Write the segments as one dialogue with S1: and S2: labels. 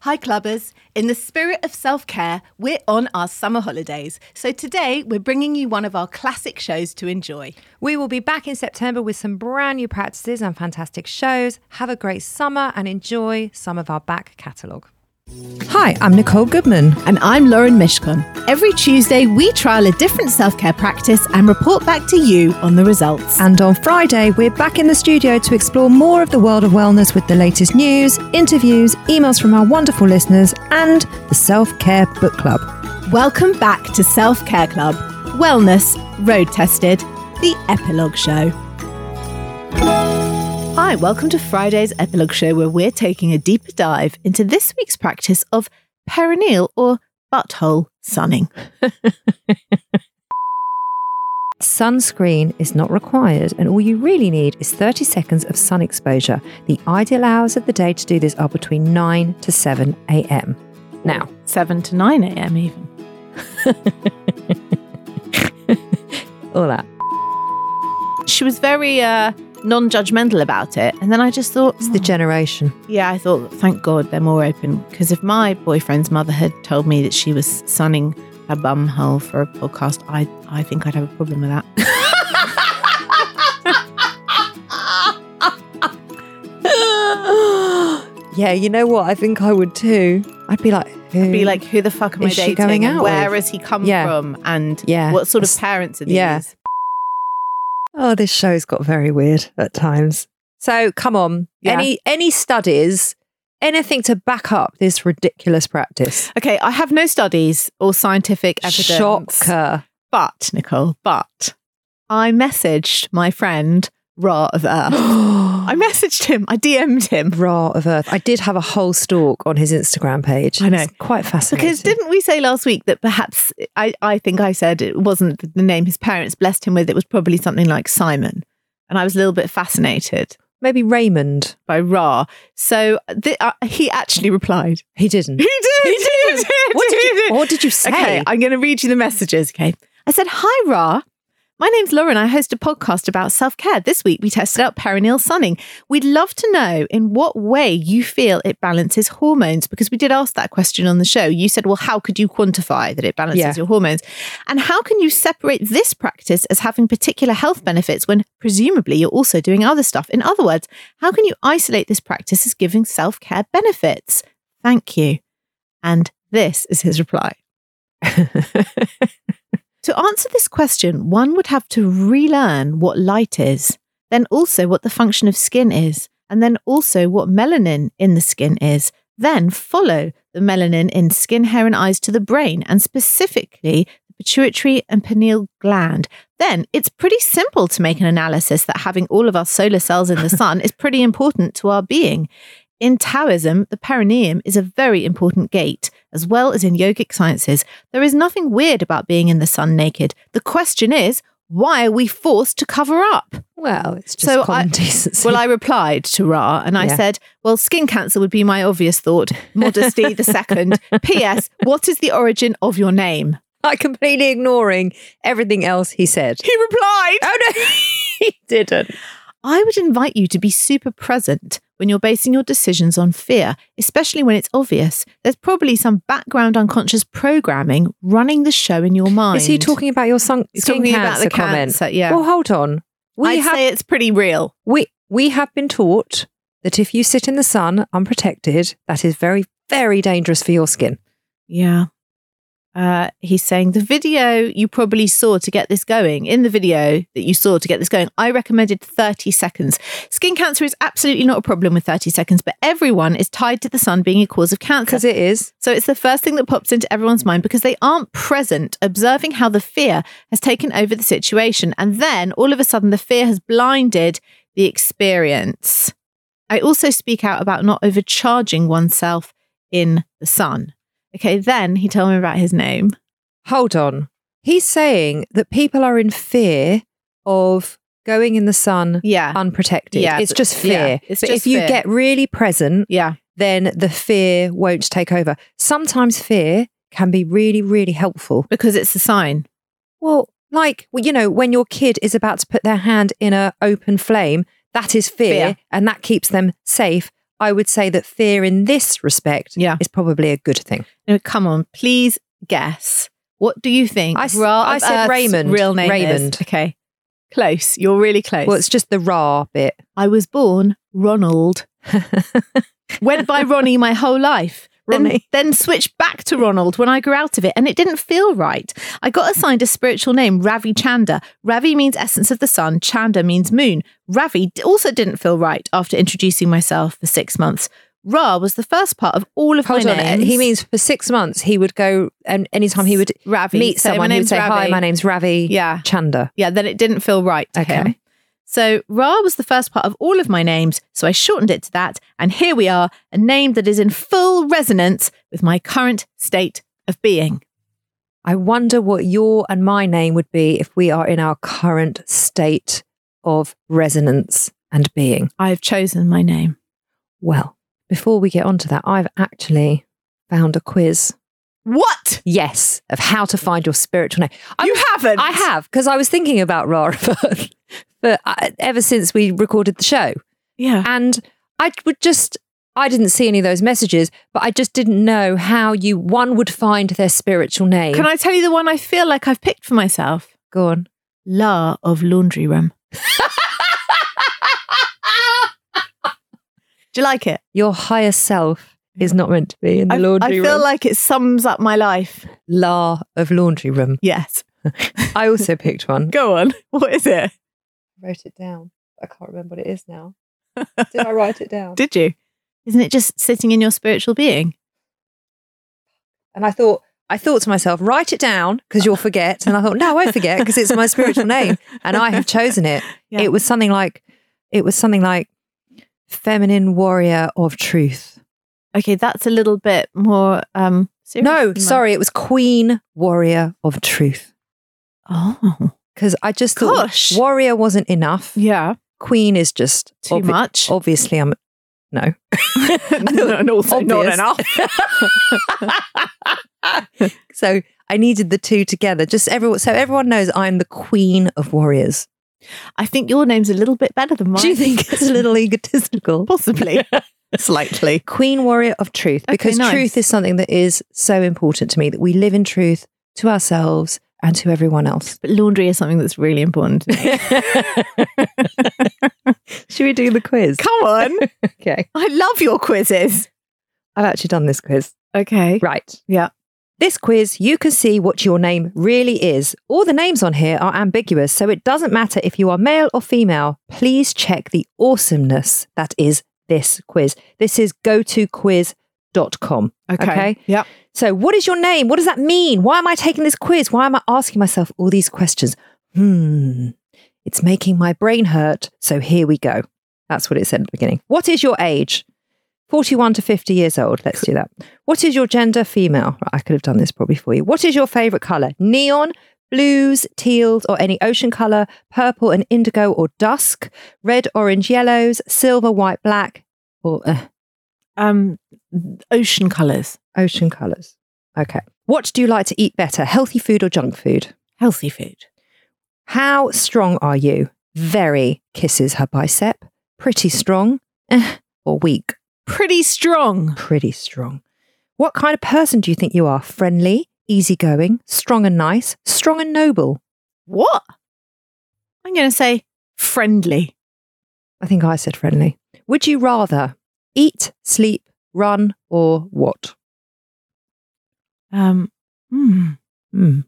S1: Hi, clubbers. In the spirit of self care, we're on our summer holidays. So today, we're bringing you one of our classic shows to enjoy.
S2: We will be back in September with some brand new practices and fantastic shows. Have a great summer and enjoy some of our back catalogue. Hi, I'm Nicole Goodman.
S1: And I'm Lauren Mishkon. Every Tuesday, we trial a different self care practice and report back to you on the results.
S2: And on Friday, we're back in the studio to explore more of the world of wellness with the latest news, interviews, emails from our wonderful listeners, and the Self Care Book Club.
S1: Welcome back to Self Care Club Wellness Road Tested, the Epilogue Show. Hi, welcome to Friday's Epilogue Show, where we're taking a deeper dive into this week's practice of perineal or butthole sunning.
S2: Sunscreen is not required, and all you really need is 30 seconds of sun exposure. The ideal hours of the day to do this are between 9 to 7 a.m. Now,
S1: 7 to 9 a.m., even.
S2: all that.
S1: She was very uh, non judgmental about it. And then I just thought,
S2: It's the generation.
S1: Yeah, I thought, thank God they're more open. Because if my boyfriend's mother had told me that she was sunning her bum hole for a podcast, I, I think I'd have a problem with that.
S2: Yeah, you know what? I think I would too. I'd be like, who?
S1: Be like, who the fuck am I
S2: Is she
S1: dating?
S2: going
S1: and
S2: out
S1: Where
S2: with?
S1: has he come
S2: Yeah.
S1: from? And
S2: Yeah.
S1: what sort of
S2: It's-
S1: parents are these?
S2: yeah. Oh, this show's got very weird at times. So come on,
S1: Yeah.
S2: any any studies, anything to back up this ridiculous practice?
S1: Okay, I have no studies or scientific evidence.
S2: Shocker.
S1: But, Nicole, but I messaged my friend, Ra of Earth. I
S2: I'm
S1: messaged him, I DM'd him.
S2: raw of earth. I did have a whole stalk on his Instagram page.
S1: I know.
S2: It's quite fascinating.
S1: Because didn't we say last week that perhaps I, I think I said it wasn't the name his parents blessed him with, it was probably something like Simon. And I was a little bit fascinated
S2: maybe Raymond?
S1: by Ra. So th- uh, he actually replied.
S2: He didn't.
S1: He did. He did.
S2: What did you- what did you
S1: Okay,
S2: say?
S1: I'm going to read you the messages. Okay. I said, Hi, Ra. My name's Lauren. I host a podcast about self care. This week, we tested out perineal sunning. We'd love to know in what way you feel it balances hormones because we did ask that question on the show. You said, Well, how could you quantify that it balances
S2: Yeah.
S1: your hormones? And how can you separate this practice as having particular health benefits when presumably you're also doing other stuff? In other words, how can you isolate this practice as giving self care benefits? Thank you. And this is his reply. To answer this question, one would have to relearn what light is, then also what the function of skin is, and then also what melanin in the skin is, then follow the melanin in skin, hair, and eyes to the brain, and specifically the pituitary and pineal gland. Then it's pretty simple to make an analysis that having all of our solar cells in the sun is pretty important to our being. In Taoism, the perineum is a very important gate, as well as in yogic sciences. There is nothing weird about being in the sun naked. The question is, why are we forced to cover up?
S2: well, it's just
S1: So I-
S2: common decency.
S1: Well, I replied to Ra and I
S2: Yeah.
S1: said, Well, skin cancer would be my obvious thought. Modesty the second. P.S. What is the origin of your name?
S2: I completely ignoring everything else he said.
S1: He replied,
S2: Oh no, he didn't.
S1: I would invite you to be super present when you're basing your decisions on fear, especially when it's obvious. There's probably some background unconscious programming running the show in your mind.
S2: Is he talking about your sun-
S1: He's
S2: skin
S1: talking
S2: cancer
S1: about the
S2: comment?
S1: cancer, yeah.
S2: Well, hold on. We
S1: I'd
S2: have
S1: say it's pretty real.
S2: we we have been taught that if you sit in the sun unprotected, that is very very dangerous for your skin.
S1: Yeah. Uh, he's saying the video you probably saw to get this going. In the video that you saw to get this going, I recommended 30 seconds. Skin cancer is absolutely not a problem with 30 seconds, but everyone is tied to the sun being a cause of cancer.
S2: Because it is.
S1: So it's the first thing that pops into everyone's mind because they aren't present, observing how the fear has taken over the situation. And then all of a sudden, the fear has blinded the experience. I also speak out about not overcharging oneself in the sun. Okay, then he told me about his name.
S2: Hold on. He's saying that people are in fear of going in the sun
S1: Yeah.
S2: unprotected.
S1: Yeah,
S2: it's
S1: but-
S2: just fear.
S1: yeah, it's
S2: but
S1: just
S2: if you
S1: fear.
S2: get really present,
S1: Yeah.
S2: then the fear won't take over. Sometimes fear can be really really helpful.
S1: Because it's a sign.
S2: Well, like well, you know, when your kid is about to put their hand in a open flame, that is fear,
S1: Fear.
S2: and that keeps them safe I would say that fear in this respect
S1: Yeah.
S2: is probably a good thing.
S1: No, come on, please guess. What do you think?
S2: I s-
S1: Ra
S2: I
S1: of
S2: said
S1: Earth's
S2: Raymond.
S1: Real name is?
S2: Raymond.
S1: Okay, close. You're really close.
S2: Well, it's just the raw bit.
S1: I was born Ronald. Went by Ronnie my whole life. Then-
S2: Ronnie.
S1: Then, switched back to Ronald when I grew out of it, and it didn't feel right. I got assigned a spiritual name, Ravi Chanda. Ravi means essence of the sun, Chanda means moon. Ravi d- also didn't feel right after introducing myself for six months. Ra was the first part of all of
S2: Hold
S1: my
S2: on.
S1: names.
S2: He means for six months he would go and anytime he would
S1: Ravi.
S2: meet
S1: So my
S2: someone, he would
S1: name's
S2: say, Hi,
S1: Ravi."
S2: my name's Ravi
S1: Yeah.
S2: Chanda.
S1: Yeah, then it didn't feel right to
S2: Okay.
S1: him. So Ra was the first part of all of my names, so I shortened it to that, and here we are, a name that is in full resonance with my current state of being.
S2: I wonder what your and my name would be if we are in our current state of resonance and being.
S1: I have chosen my name.
S2: Well, before we get onto that, I've actually found a quiz.
S1: What?
S2: Yes, of how to find your spiritual name. I
S1: you
S2: was-
S1: haven't?
S2: I have because I was thinking about Rara for, for uh, ever since we recorded the show,
S1: Yeah.
S2: and I would just I didn't see any of those messages, but I just didn't know how you one would find their spiritual name.
S1: Can I tell you the one I feel like I've picked for myself?
S2: go on?
S1: La of Laundry Room. Do you like it?
S2: Your higher self is not meant to be in the
S1: I, I
S2: laundry
S1: feel
S2: room.
S1: like it sums up my life.
S2: La of laundry room.
S1: Yes.
S2: I also picked one.
S1: Go on. What is it?
S2: wrote it down. I can't remember what it is now. Did I write it down?
S1: Did you? Isn't it just sitting in your spiritual being?
S2: And I thought, I thought to myself, write it down because you'll forget. And I thought, no, I won't forget because it's my spiritual name and I have chosen it.
S1: Yeah.
S2: It was something like, it was something like feminine warrior of truth.
S1: Okay, that's a little bit more um serious.
S2: No,
S1: than
S2: sorry, it was queen warrior of truth
S1: mine. Oh.
S2: because I just thought
S1: Gosh.
S2: warrior wasn't enough.
S1: Yeah.
S2: Queen is just
S1: Too
S2: obvi-
S1: much.
S2: Obviously, I'm no.
S1: and also
S2: Obvious. so I needed the two together. Just everyone, so everyone knows I'm the queen of warriors.
S1: I think your name's a little bit better than mine.
S2: Do you think it's a little egotistical?
S1: possibly? Slightly.
S2: Queen warrior of truth,
S1: Okay,
S2: because
S1: nice.
S2: truth is something that is so important to me that we live in truth to ourselves and to everyone else.
S1: But laundry is something that's really important.
S2: Should we do the quiz?
S1: Come on.
S2: Okay,
S1: I love your quizzes.
S2: I've actually done this quiz.
S1: Okay.
S2: Right.
S1: Yeah.
S2: This quiz, you can see what your name really is. All the names on here are ambiguous, so it doesn't matter if you are male or female. Please check the awesomeness that is this quiz. This is gotoquiz.com. Okay.
S1: Yep.
S2: So, what is your name? What does that mean? Why am I taking this quiz? Why am I asking myself all these questions? Hmm. It's making my brain hurt. So, here we go. That's what it said at the beginning. What is your age? 41 to 50 years old. Let's do that. What is your gender? Female. Right, I could have done this probably for you. What is your favorite color? Neon, blues, teals, or any ocean color, purple and indigo or dusk, red, orange, yellows, silver, white, black, or uh,
S1: Um ocean colours.
S2: Ocean colours. Okay. What do you like to eat better, healthy food or junk food?
S1: Healthy food.
S2: How strong are you? Very kisses her bicep. Pretty strong. Eh, or weak.
S1: Pretty strong.
S2: Pretty strong. What kind of person do you think you are? Friendly, easygoing, strong and nice, strong and noble.
S1: What? I'm gonna say friendly.
S2: I think I said friendly. Would you rather eat, sleep, run, or what?
S1: Um hmm.
S2: Hmm.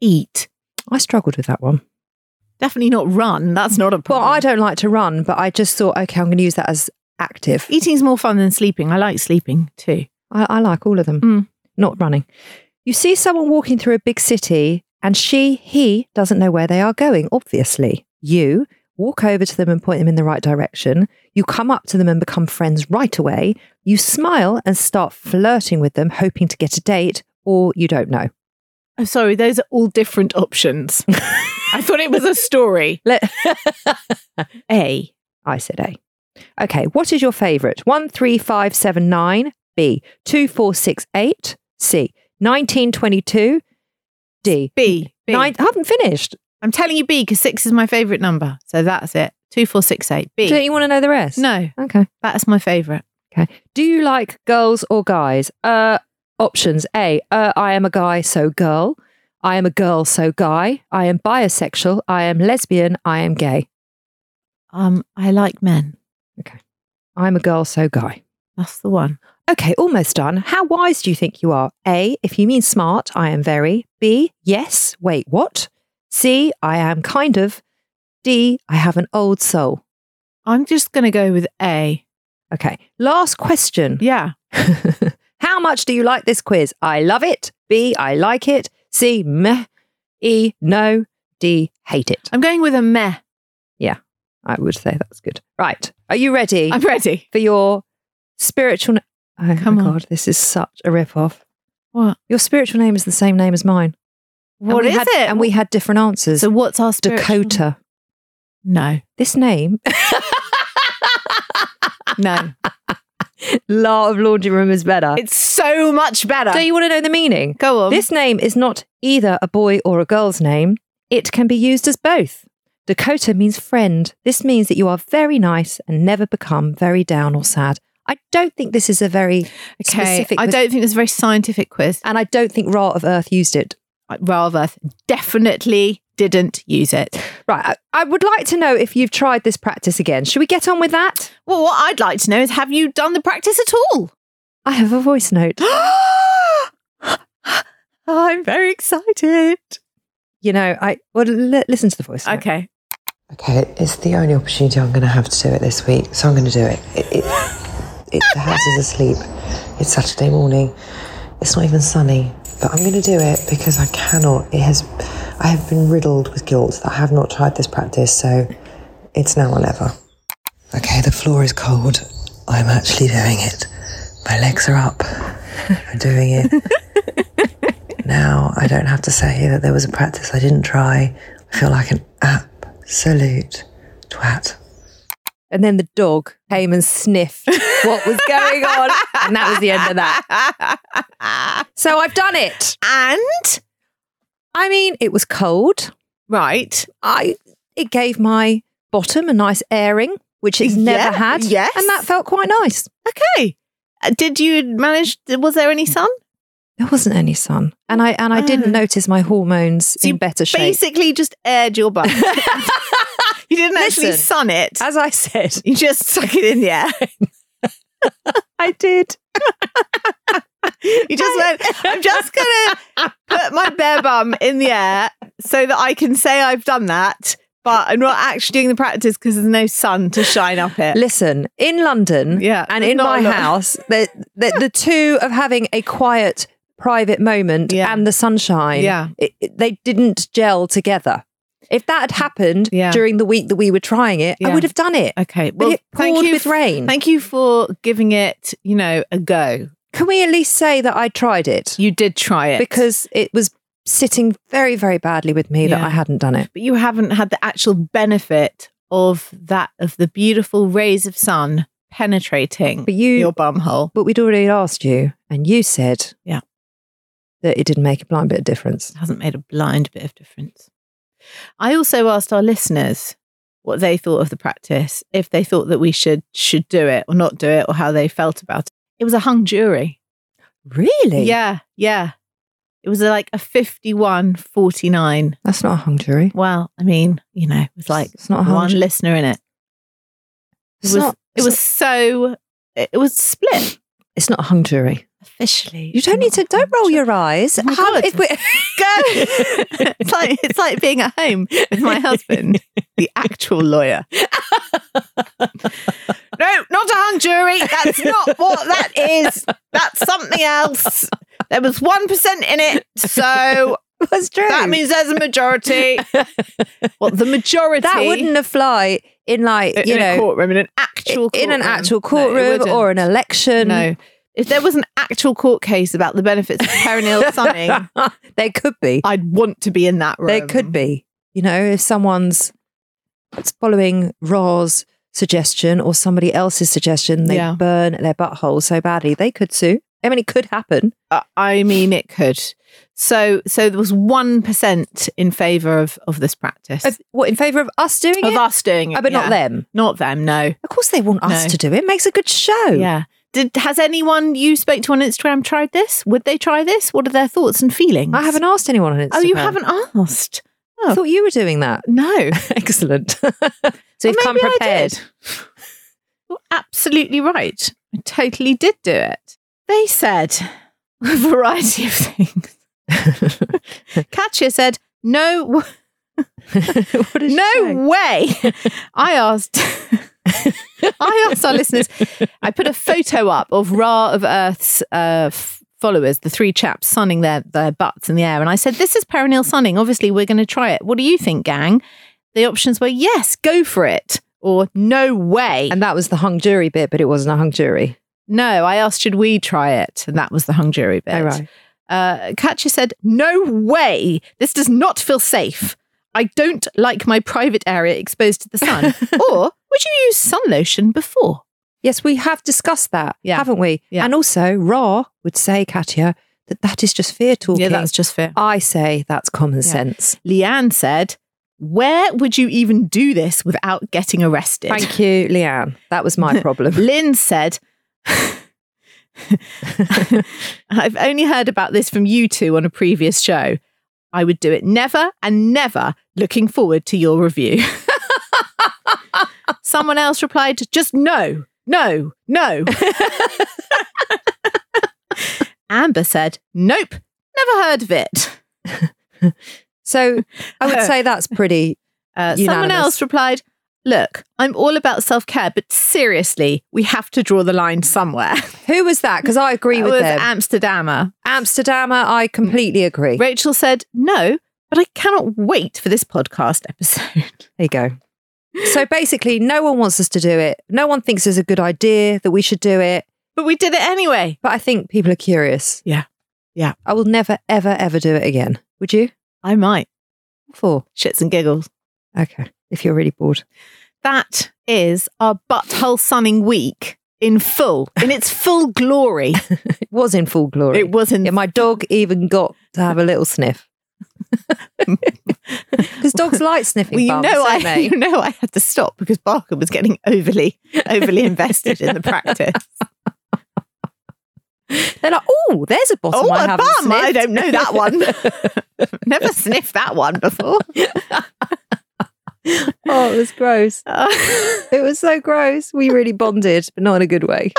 S1: eat.
S2: I struggled with that one.
S1: Definitely not run. That's not a
S2: Well,
S1: problem.
S2: I don't like to run, but I just thought, okay, I'm going to use that as active.
S1: Eating's more fun than sleeping. I like sleeping too.
S2: I, I like all of them.
S1: Mm.
S2: Not running. You see someone walking through a big city and she, he doesn't know where they are going, obviously. You walk over to them and point them in the right direction. You come up to them and become friends right away. You smile and start flirting with them, hoping to get a date, or you don't know.
S1: Oh, sorry, those are all different options. I thought it was a story.
S2: Let-
S1: A.
S2: I said A. Okay, what is your favourite? 13579, B, 2468, C, 1922, D.
S1: B. B.
S2: Nine, I haven't finished.
S1: I'm telling you B because six is my favourite number. So that's it. Two, four, six, eight. B.
S2: Don't you want to know the rest?
S1: No,
S2: Okay.
S1: that's my favourite.
S2: Okay. Do you like girls or guys? Uh, options A, uh, I am a guy, so girl. I am a girl, so guy. I am bisexual. I am lesbian. I am gay.
S1: Um, I like men.
S2: I'm a girl, so guy.
S1: That's the one.
S2: Okay, almost done. How wise do you think you are? A, if you mean smart, I am very. B, yes. Wait, what? C, I am kind of. D, I have an old soul.
S1: I'm just going to go with A.
S2: Okay, last question.
S1: Yeah.
S2: How much do you like this quiz? I love it. B, I like it. C, meh. E, no. D, hate it.
S1: I'm going with a meh.
S2: I would say that's good. Right. Are you ready
S1: I'm ready.
S2: for your spiritual? Na- oh,
S1: Come
S2: my
S1: on.
S2: God, this is such a rip-off.
S1: What?
S2: Your spiritual name is the same name as mine. And
S1: What
S2: we
S1: is
S2: had-
S1: it?
S2: And we had different answers.
S1: so what's our spiritual-
S2: Dakota.
S1: No,
S2: This name,
S1: no.
S2: La of Laundry Room is better.
S1: it's so much better.
S2: Don't you want to know the meaning?
S1: go on.
S2: This name is not either a boy or a girl's name. It can be used as both. Dakota means friend. This means that you are very nice and never become very down or sad. I don't think this is a very
S1: okay.
S2: specific.
S1: I don't think it's a very scientific quiz. Uh,
S2: and I don't think Ra of Earth used it.
S1: Rather, definitely didn't use it.
S2: Right. I, I would like to know if you've tried this practice again. Should we get on with that?
S1: Well, what I'd like to know is have you done the practice at all?
S2: I have a voice note.
S1: I'm very excited.
S2: You know, I well l- listen to the voice. note.
S1: Okay.
S3: Okay, it's the only opportunity I'm going to have to do it this week, so I'm going to do it. it, it, it the house is asleep. It's Saturday morning. It's not even sunny, but I'm going to do it because I cannot. It has. I have been riddled with guilt that I have not tried this practice, so it's now or never. Okay, the floor is cold. I'm actually doing it. My legs are up. I'm doing it. Now I don't have to say that there was a practice I didn't try. I feel like an absolute twat.
S2: And then the dog came and sniffed what was going on. And that was the end of that. So I've done it.
S1: and
S2: I mean, it was cold.
S1: right,
S2: I it gave my bottom a nice airing, which it's never
S1: Yeah,
S2: had.
S1: yes.
S2: And that felt quite nice.
S1: okay. Uh, Did you manage? Was there any sun?
S2: There wasn't any sun. And I and I
S1: Oh.
S2: didn't
S3: Mm.
S2: notice my hormones
S1: So you
S2: in better shape.
S1: Basically, just aired your butt. you didn't actually
S2: Listen.
S1: sun it.
S2: As I said,
S1: You just stuck it in the air.
S2: I did.
S1: You just went. I'm just gonna put my bare bum in the air so that I can say I've done that, but I'm not actually doing the practice because there's no sun to shine up it.
S2: Listen, in London
S1: Yeah,
S2: and
S1: there's
S2: in
S1: not
S2: my
S1: a lot.
S2: house, the, the, the two of having a quiet private moment
S1: Yeah.
S2: and the sunshine,
S1: Yeah.
S2: it, it- they didn't gel together. If that had happened
S1: Yeah.
S2: during the week that we were trying it, I
S1: Yeah.
S2: would have done it.
S1: Okay.
S2: But it poured with rain.
S1: Thank you for giving it, you know, a go.
S2: Can we at least say that I tried it?
S1: You did try it
S2: Because it was sitting very, very badly with me that
S1: Yeah.
S2: I hadn't done it.
S1: but you haven't had the actual benefit of that of the beautiful rays of sun penetrating
S2: But you,
S1: your bum hole.
S2: but we'd already asked you, and you said,
S1: Yeah.
S2: that it didn't make a blind bit of difference.
S1: It hasn't made a blind bit of difference. I also asked our listeners what they thought of the practice, if they thought that we should should do it or not do it, or how they felt about it. It was a hung jury.
S2: Really?
S1: Yeah, yeah. It was like a 51 49
S2: That's not a hung jury.
S1: Well, I mean, you know, it was like
S2: it's not a
S1: one
S2: hundred.
S1: listener in it. It
S2: It's
S1: was,
S2: not-
S1: it was so, it was split
S2: It's not a hung jury.
S1: officially.
S2: You don't need to. Don't roll your eyes.
S1: Oh my
S2: How-
S1: God.
S2: if we-
S1: go. it's like it's like being at home with my husband, the actual lawyer. no, not a hung jury. That's not what that is. That's something else. There was one percent in it, so
S2: That's true.
S1: that means there's a majority. Well, the majority
S2: that wouldn't apply in like
S1: in
S2: you
S1: a
S2: know
S1: courtroom in an actual
S2: in an
S1: courtroom.
S2: actual
S1: No, it
S2: courtroom
S1: wouldn't.
S2: or an election.
S1: no. If there was an actual court case about the benefits of perineal sunning,
S2: there could be.
S1: I'd want to be in that room.
S2: There could be. You know, if someone's following Ra's suggestion or somebody else's suggestion, they
S1: Yeah.
S2: burn their butthole so badly they could sue. I mean, it could happen.
S1: Uh, I mean, it could. So, so there was one percent in favour of of this practice
S2: Of- what in favour of us doing
S1: of
S2: it?
S1: us doing it,
S2: Oh, but not
S1: yeah.
S2: them.
S1: Not them, no.
S2: Of course, they want us
S1: No.
S2: to do it. Makes a good show.
S1: Yeah, Did, has anyone you spoke to on Instagram tried this? Would they try this? What are their thoughts and feelings?
S2: I haven't asked anyone on Instagram.
S1: Oh, you haven't asked.
S2: I thought you were doing that.
S1: No.
S2: Excellent. so you've
S1: Well,
S2: come
S1: maybe I
S2: prepared.
S1: did. You're absolutely right. I totally did do it. They said a variety of things. Katya said, no, w-
S2: What a shame.
S1: no way. I asked. I asked our listeners. I put a photo up of Ra of Earth's uh, f- followers, the three chaps sunning their their butts in the air, and I said, "This is perineal sunning. Obviously, we're going to try it. What do you think, gang?" The options were yes, go for it, or no way.
S2: And that was the hung jury bit, but it wasn't a hung jury.
S1: No, I asked, should we try it? And that was the hung jury bit. Uh, Katya said, no way. This does not feel safe. I don't like my private area exposed to the sun. or would you use sun lotion before?
S2: Yes, we have discussed that,
S1: Yeah.
S2: haven't we?
S1: Yeah.
S2: And also, Ra would say, Katya, that that is just fear talking.
S1: Yeah, that's just fair.
S2: I say that's common sense.
S1: Leanne said, where would you even do this without getting arrested?
S2: Thank you, Leanne. That was my problem.
S1: Lynn said, I've only heard about this from you two on a previous show. I would do it never and never. Looking forward to your review. Someone else replied, just no, no, no. Amber said, nope, never heard of it.
S2: so I would say that's pretty.
S1: Uh, someone
S2: Unanimous.
S1: else replied, look, I'm all about self care, but seriously, we have to draw the line somewhere.
S2: Who was that? Because I agree
S1: It
S2: with
S1: was
S2: them.
S1: Amsterdammer.
S2: Amsterdammer, I completely agree.
S1: Rachel said, No, but I cannot wait for this podcast episode.
S2: There you go. So basically, no one wants us to do it. No one thinks it's a good idea that we should do it.
S1: But we did it anyway.
S2: But I think people are curious.
S1: Yeah. Yeah.
S2: I will never, ever, ever do it again. Would you?
S1: I might.
S2: For
S1: Shits and giggles.
S2: okay, if you're really bored.
S1: That is our butthole sunning week in full, in its full glory.
S2: It was in full glory.
S1: It was in
S2: Yeah, my dog even got to have a little sniff. Because dogs like sniffing.
S1: well, you
S2: bums,
S1: know,
S2: don't
S1: I
S2: they?
S1: you know I had to stop because Barker was getting overly overly invested in the practice.
S2: They're like, oh, there's a bottom.
S1: oh,
S2: I
S1: a
S2: haven't
S1: bum! I
S2: sniffed."
S1: don't know that one. Never sniffed that one before.
S2: oh, it was gross.
S1: Uh,
S2: It was so gross. We really bonded, but not in a good way.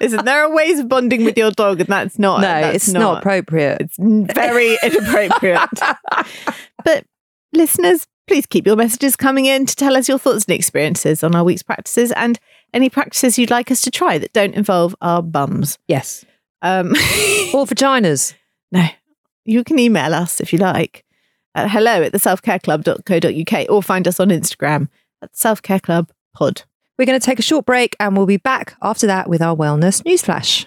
S1: Listen, there are ways of bonding with your dog, and that's not.
S2: no,
S1: that's
S2: it's not, appropriate.
S1: It's very inappropriate. but listeners, please keep your messages coming in to tell us your thoughts and experiences on our week's practices and any practices you'd like us to try that don't involve our bums.
S2: Yes.
S1: Um,
S2: Or vaginas.
S1: no, you can email us if you like at hello at the selfcareclub.co.uk or find us on Instagram at selfcareclubpod.
S2: We're going to take a short break and we'll be back after that with our wellness newsflash.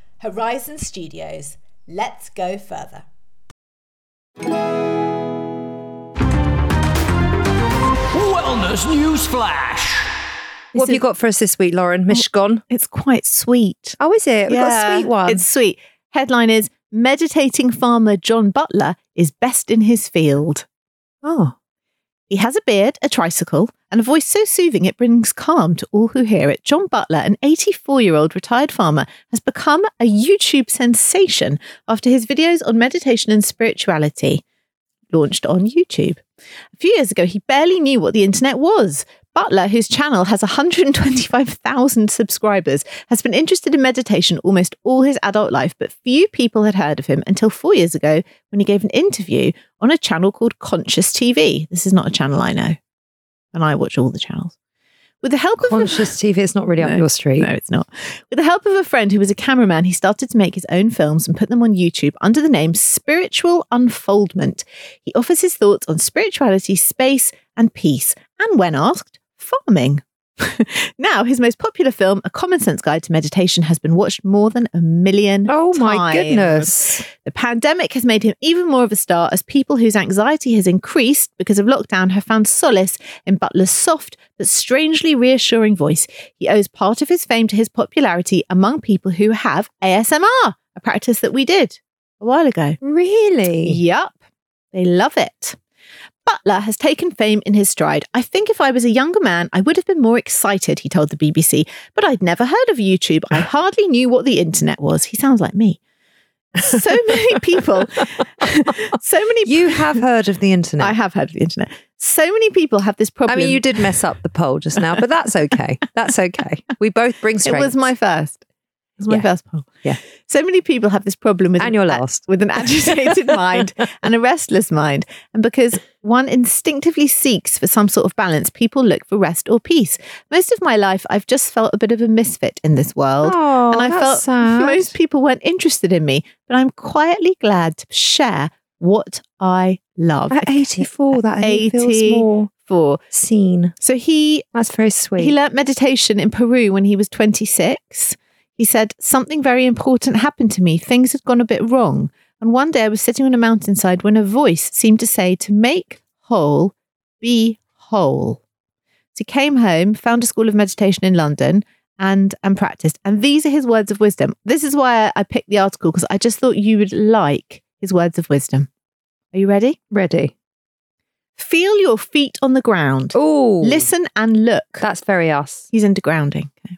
S4: Horizon Studios, let's go further.
S5: Wellness Honest news flash.
S2: What
S1: This
S2: have you
S1: is-
S2: got for us this week, Lauren? Mishgon.
S1: It's quite sweet.
S2: Oh, is it? We've got a sweet one.
S1: It's sweet. Headline is Meditating farmer John Butler is best in his field.
S2: oh,
S1: He has a beard, a tricycle, and a voice so soothing it brings calm to all who hear it. John Butler, an 84 year old retired farmer, has become a YouTube sensation after his videos on meditation and spirituality launched on YouTube. A few years ago, he barely knew what the internet was. Butler, whose channel has 125,000 subscribers, has been interested in meditation almost all his adult life, but few people had heard of him until four years ago when he gave an interview on a channel called Conscious TV. This is not a channel I know, and I watch all the channels. With the help of a-
S2: conscious TV. It's not really
S1: No.
S2: up your street.
S1: no, it's not. With the help of a friend who was a cameraman, he started to make his own films and put them on YouTube under the name Spiritual Unfoldment. He offers his thoughts on spirituality, space, and peace, and when asked, farming. now, his most popular film, A Common Sense Guide to Meditation, has been watched more than a million
S2: Oh my
S1: times.
S2: goodness.
S1: The pandemic has made him even more of a star as people whose anxiety has increased because of lockdown have found solace in Butler's soft but strangely reassuring voice. He owes part of his fame to his popularity among people who have ASMR, a practice that we did a while ago.
S2: Really?
S1: Yup. They love it. Butler has taken fame in his stride. I think if I was a younger man, I would have been more excited, he told the BBC, but I'd never heard of YouTube. I hardly knew what the internet was. He sounds like me. So many people, so many
S2: You have heard of the internet.
S1: I have heard of the internet. So many people have this
S2: I
S1: problem.
S2: mean, you did mess up the poll just now, but that's okay. That's okay. We both bring
S1: It
S2: strength.
S1: was my first. It was my
S2: Yeah.
S1: first poll.
S2: Yeah.
S1: So many people have this problem with
S2: And your last.
S1: with an agitated mind and a restless mind. And because one instinctively seeks for some sort of balance, people look for rest or peace. Most of my life, I've just felt a bit of a misfit in this world.
S2: Oh,
S1: and I
S2: that's
S1: felt
S2: sad.
S1: most people weren't interested in me, but I'm quietly glad to share what I love.
S2: At 84, that 80.
S1: 80.
S2: feels more
S1: For
S2: seen.
S1: so he
S2: That's very sweet.
S1: he learnt meditation in Peru when he was 26. He said, Something very important happened to me. Things had gone a bit wrong. And one day I was sitting on a mountainside when a voice seemed to say, To make whole, be whole. So he came home, found a school of meditation in London, and, and practiced. And these are his words of wisdom. This is why I, I picked the article because I just thought you would like his words of wisdom. Are you ready?
S2: Ready.
S1: Feel your feet on the ground.
S2: Oh,
S1: Listen and look.
S2: That's very us.
S1: He's undergrounding. Okay.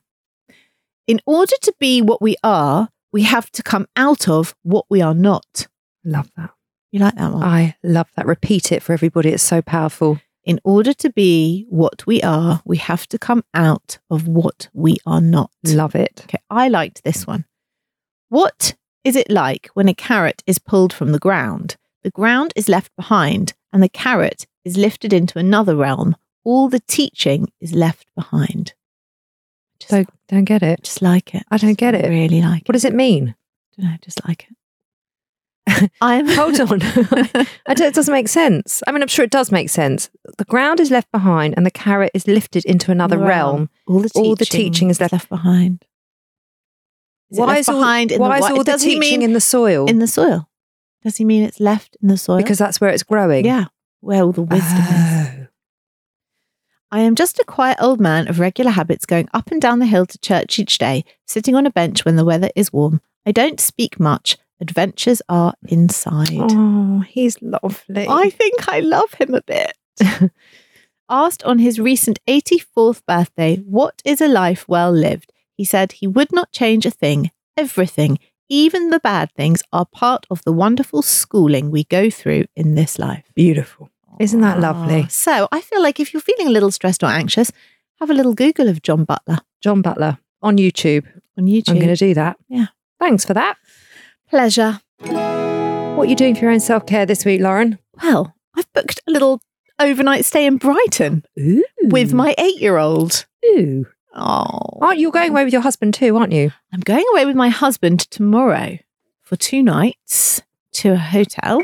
S1: In order to be what we are, we have to come out of what we are not.
S2: Love that.
S1: You like that one?
S2: I love that. Repeat it for everybody. It's so powerful.
S1: In order to be what we are, we have to come out of what we are not.
S2: Love it.
S1: Okay, I liked this one. What is it like when a carrot is pulled from the ground? The ground is left behind, and the carrot is lifted into another realm. All the teaching is left behind. Just,
S2: So don't get it.
S1: just like it.
S2: I don't get it.
S1: Really like it.
S2: What does it mean?
S1: don't know, just like it. I'm
S2: Hold on. I don't, it doesn't make sense. I mean, I'm sure it does make sense. The ground is left behind and the carrot is lifted into another realm.
S1: All the teaching,
S2: All the teaching is left-
S1: behind. Is why
S2: why
S1: left
S2: is all,
S1: behind in
S2: why
S1: the
S2: is
S1: wi-
S2: all the
S1: does he
S2: teaching
S1: mean
S2: in the soil?
S1: in the soil? Does he mean it's Ah. left in the soil?
S2: because that's where it's growing.
S1: yeah, where all the wisdom is.
S2: Oh.
S1: I am just a quiet old man of regular habits going up and down the hill to church each day, sitting on a bench when the weather is warm. I don't speak much. Adventures are inside.
S2: Oh, he's lovely.
S1: I think I love him a bit. Asked on his recent 84th birthday, what is a life well lived? He said he would not change a thing. Everything, even the bad things, are part of the wonderful schooling we go through in this life.
S2: Beautiful. Isn't that lovely?
S1: Ah, So I feel like if you're feeling a little stressed or anxious, have a little Google of John Butler
S2: John Butler on YouTube.
S1: on YouTube.
S2: I'm going to do that.
S1: Yeah.
S2: Thanks for that.
S1: Pleasure.
S2: What are you doing for your own self care this week, Lauren?
S1: Well, I've booked a little overnight stay in Brighton
S2: Ooh.
S1: with my eight year old.
S2: Ooh.
S1: Oh.
S2: Aren't you going away with your husband too, aren't you?
S1: I'm going away with my husband tomorrow for two nights to a hotel.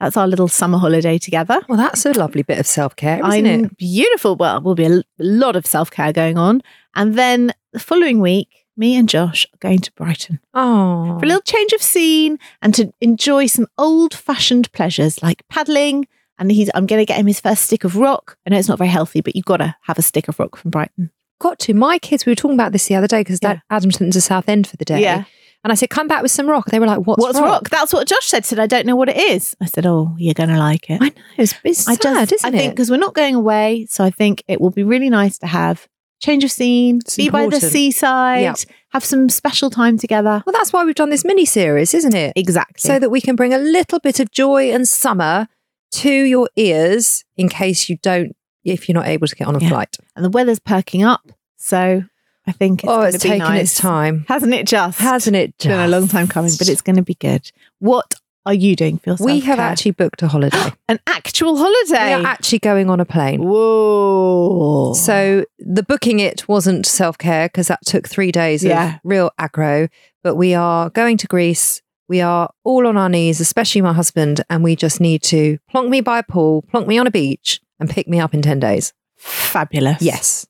S1: That's our little summer holiday together.
S2: Well, that's a lovely bit of self care, isn't
S1: I'm
S2: it?
S1: beautiful. Well, will be a l- lot of self care going on, and then the following week, me and Josh are going to Brighton
S2: Oh.
S1: for a little change of scene and to enjoy some old fashioned pleasures like paddling And he's, I'm going to get him his first stick of rock. I know it's not very healthy, but you've got to have a stick of rock from Brighton.
S2: Got to. My kids, we were talking about this the other day because
S1: Yeah.
S2: Dad Adam took them to Southend for the day.
S1: Yeah.
S2: And I said, come back with some rock. They were like, what's,
S1: What's rock? That's what Josh said. Said, I don't know what it is. I said, Oh, you're going to like it.
S2: I know. It's, it's
S1: I
S2: sad, isn't
S1: I think
S2: it?
S1: because we're not going away, so I think it will be really nice to have change of scene,
S2: It's
S1: be by the
S2: important.
S1: seaside,
S2: Yeah.
S1: have some special time together.
S2: Well, that's why we've done this mini series, isn't it?
S1: Exactly.
S2: So that we can bring a little bit of joy and summer to your ears in case you don't, if you're not able to get on a
S1: Yeah.
S2: flight.
S1: and the weather's perking up, so I think it's
S2: oh,
S1: gonna
S2: it's
S1: be
S2: taken
S1: nice.
S2: its time.
S1: hasn't it? Just
S2: Hasn't it
S1: It's been a long time coming, but
S2: just?
S1: it's going to be good. What are you doing? Feel
S2: We have
S1: self-care?
S2: actually booked a holiday.
S1: an actual
S2: we
S1: holiday.
S2: are actually going on a plane.
S1: Whoa!
S2: So the booking it wasn't self care because that took three days
S1: Yeah.
S2: of real aggro. But we are going to Greece. We are all on our knees, especially my husband, and we just need to plonk me by a pool, plonk me on a beach, and pick me up in ten days.
S1: fabulous.
S2: Yes,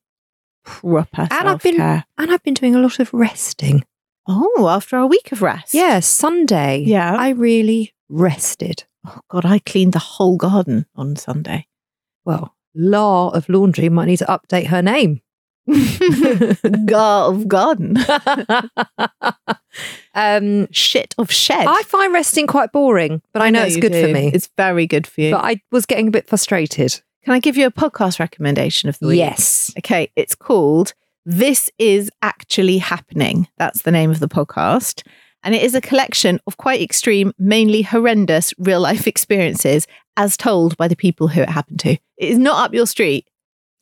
S1: proper.
S2: and I've been
S1: self-care.
S2: and I've been doing a lot of resting.
S1: oh after a week of rest.
S2: Yeah, Sunday.
S1: Yeah.
S2: I really rested.
S1: Oh God, I cleaned the whole garden on Sunday.
S2: Well, law of laundry might need to update her name.
S1: Gar of garden.
S2: um,
S1: Shit of shed.
S2: I find resting quite boring, but I, know, it's
S1: you
S2: good for
S1: do.
S2: me.
S1: It's very good for you.
S2: but I was getting a bit frustrated.
S1: Can I give you a podcast recommendation of the week?
S2: Yes.
S1: Okay, it's called This Is Actually Happening. That's the name of the podcast. And it is a collection of quite extreme, mainly horrendous real life experiences as told by the people who it happened to. It is not up your street,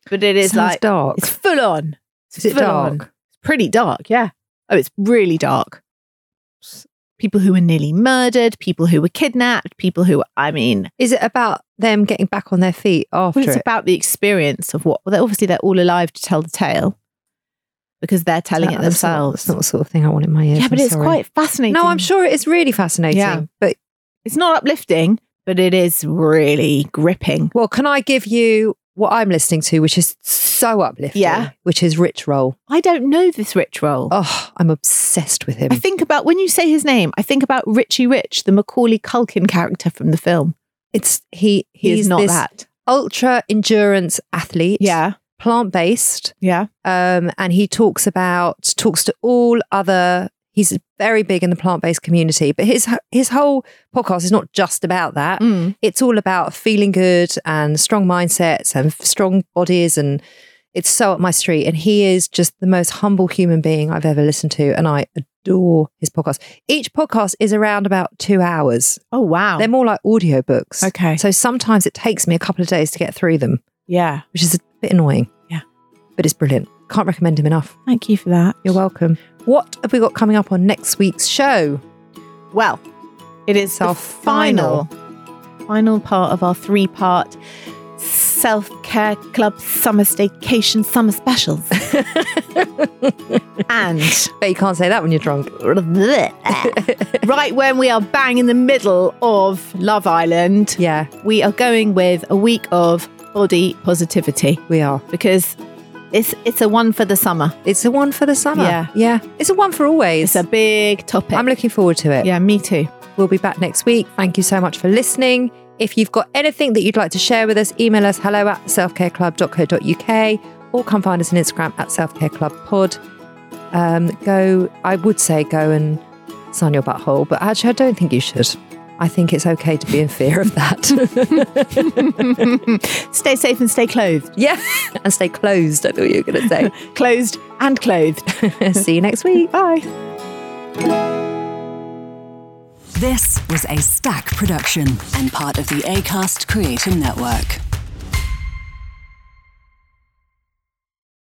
S1: but it is
S2: Sounds
S1: like
S2: dark.
S1: it's full on. It's
S2: Is it
S1: full
S2: dark?
S1: on. It's pretty dark, yeah. Oh, it's really dark. People who were nearly murdered, people who were kidnapped, people who, I mean,
S2: Is it about them getting back on their feet after
S1: well, it's
S2: it?
S1: about the experience of what. Well, they're, obviously, they're all alive to tell the tale because they're telling it
S2: That- that's not-
S1: themselves.
S2: That's not the sort of thing I want in my ears.
S1: yeah, but
S2: I'm
S1: it's
S2: sorry.
S1: quite fascinating.
S2: No, I'm sure it is really fascinating.
S1: Yeah.
S2: But
S1: it's not uplifting, but it is really gripping.
S2: well, can I give you what I'm listening to, which is so uplifting?
S1: Yeah.
S2: Which is Rich Roll.
S1: I don't know this Rich Roll.
S2: Oh, I'm obsessed with him.
S1: I think about when you say his name, I think about Richie Rich, the Macaulay Culkin character from the film.
S2: it's he.
S1: He
S2: He's
S1: is not
S2: this
S1: that.
S2: ultra endurance athlete.
S1: Yeah,
S2: Plant based.
S1: yeah,
S2: um, and he talks about talks to all other. He's very big in the plant based community, but his his whole podcast is not just about that.
S1: Mm.
S2: It's all about feeling good and strong mindsets and strong bodies, and it's so up my street. And he is just the most humble human being I've ever listened to, and I adore his podcast. Each podcast is around about two hours.
S1: Oh wow.
S2: They're more like audiobooks.
S1: Okay.
S2: so sometimes it takes me a couple of days to get through them,
S1: yeah.
S2: which is a bit annoying.
S1: Yeah.
S2: but it's brilliant. Can't recommend him enough.
S1: Thank you for that.
S2: You're welcome. What have we got coming up on next week's show?
S1: Well, it is the
S2: our
S1: final, final part of our three part self care club summer staycation summer specials. and
S2: Bet you can't say that when you're drunk.
S1: right when we are bang in the middle of Love Island,
S2: Yeah,
S1: we are going with a week of body positivity
S2: we are.
S1: because it's it's a one for the summer.
S2: It's a one for the summer.
S1: Yeah.
S2: Yeah. It's a one for always.
S1: It's a big topic.
S2: I'm looking forward to it.
S1: yeah, me too.
S2: We'll be back next week. Thank you so much for listening. If you've got anything that you'd like to share with us, email us hello at selfcareclub.co.uk or come find us on Instagram at selfcareclubpod. Um, go, I would say go and sign your butthole, but actually, I don't think you should. I think it's okay to be in fear of that.
S1: Stay safe and stay clothed.
S2: Yeah. And stay closed, I thought you were going to
S1: Closed and clothed.
S2: say. See you next week.
S1: Bye.
S6: This was a Stack production and part of the Acast Creator Network.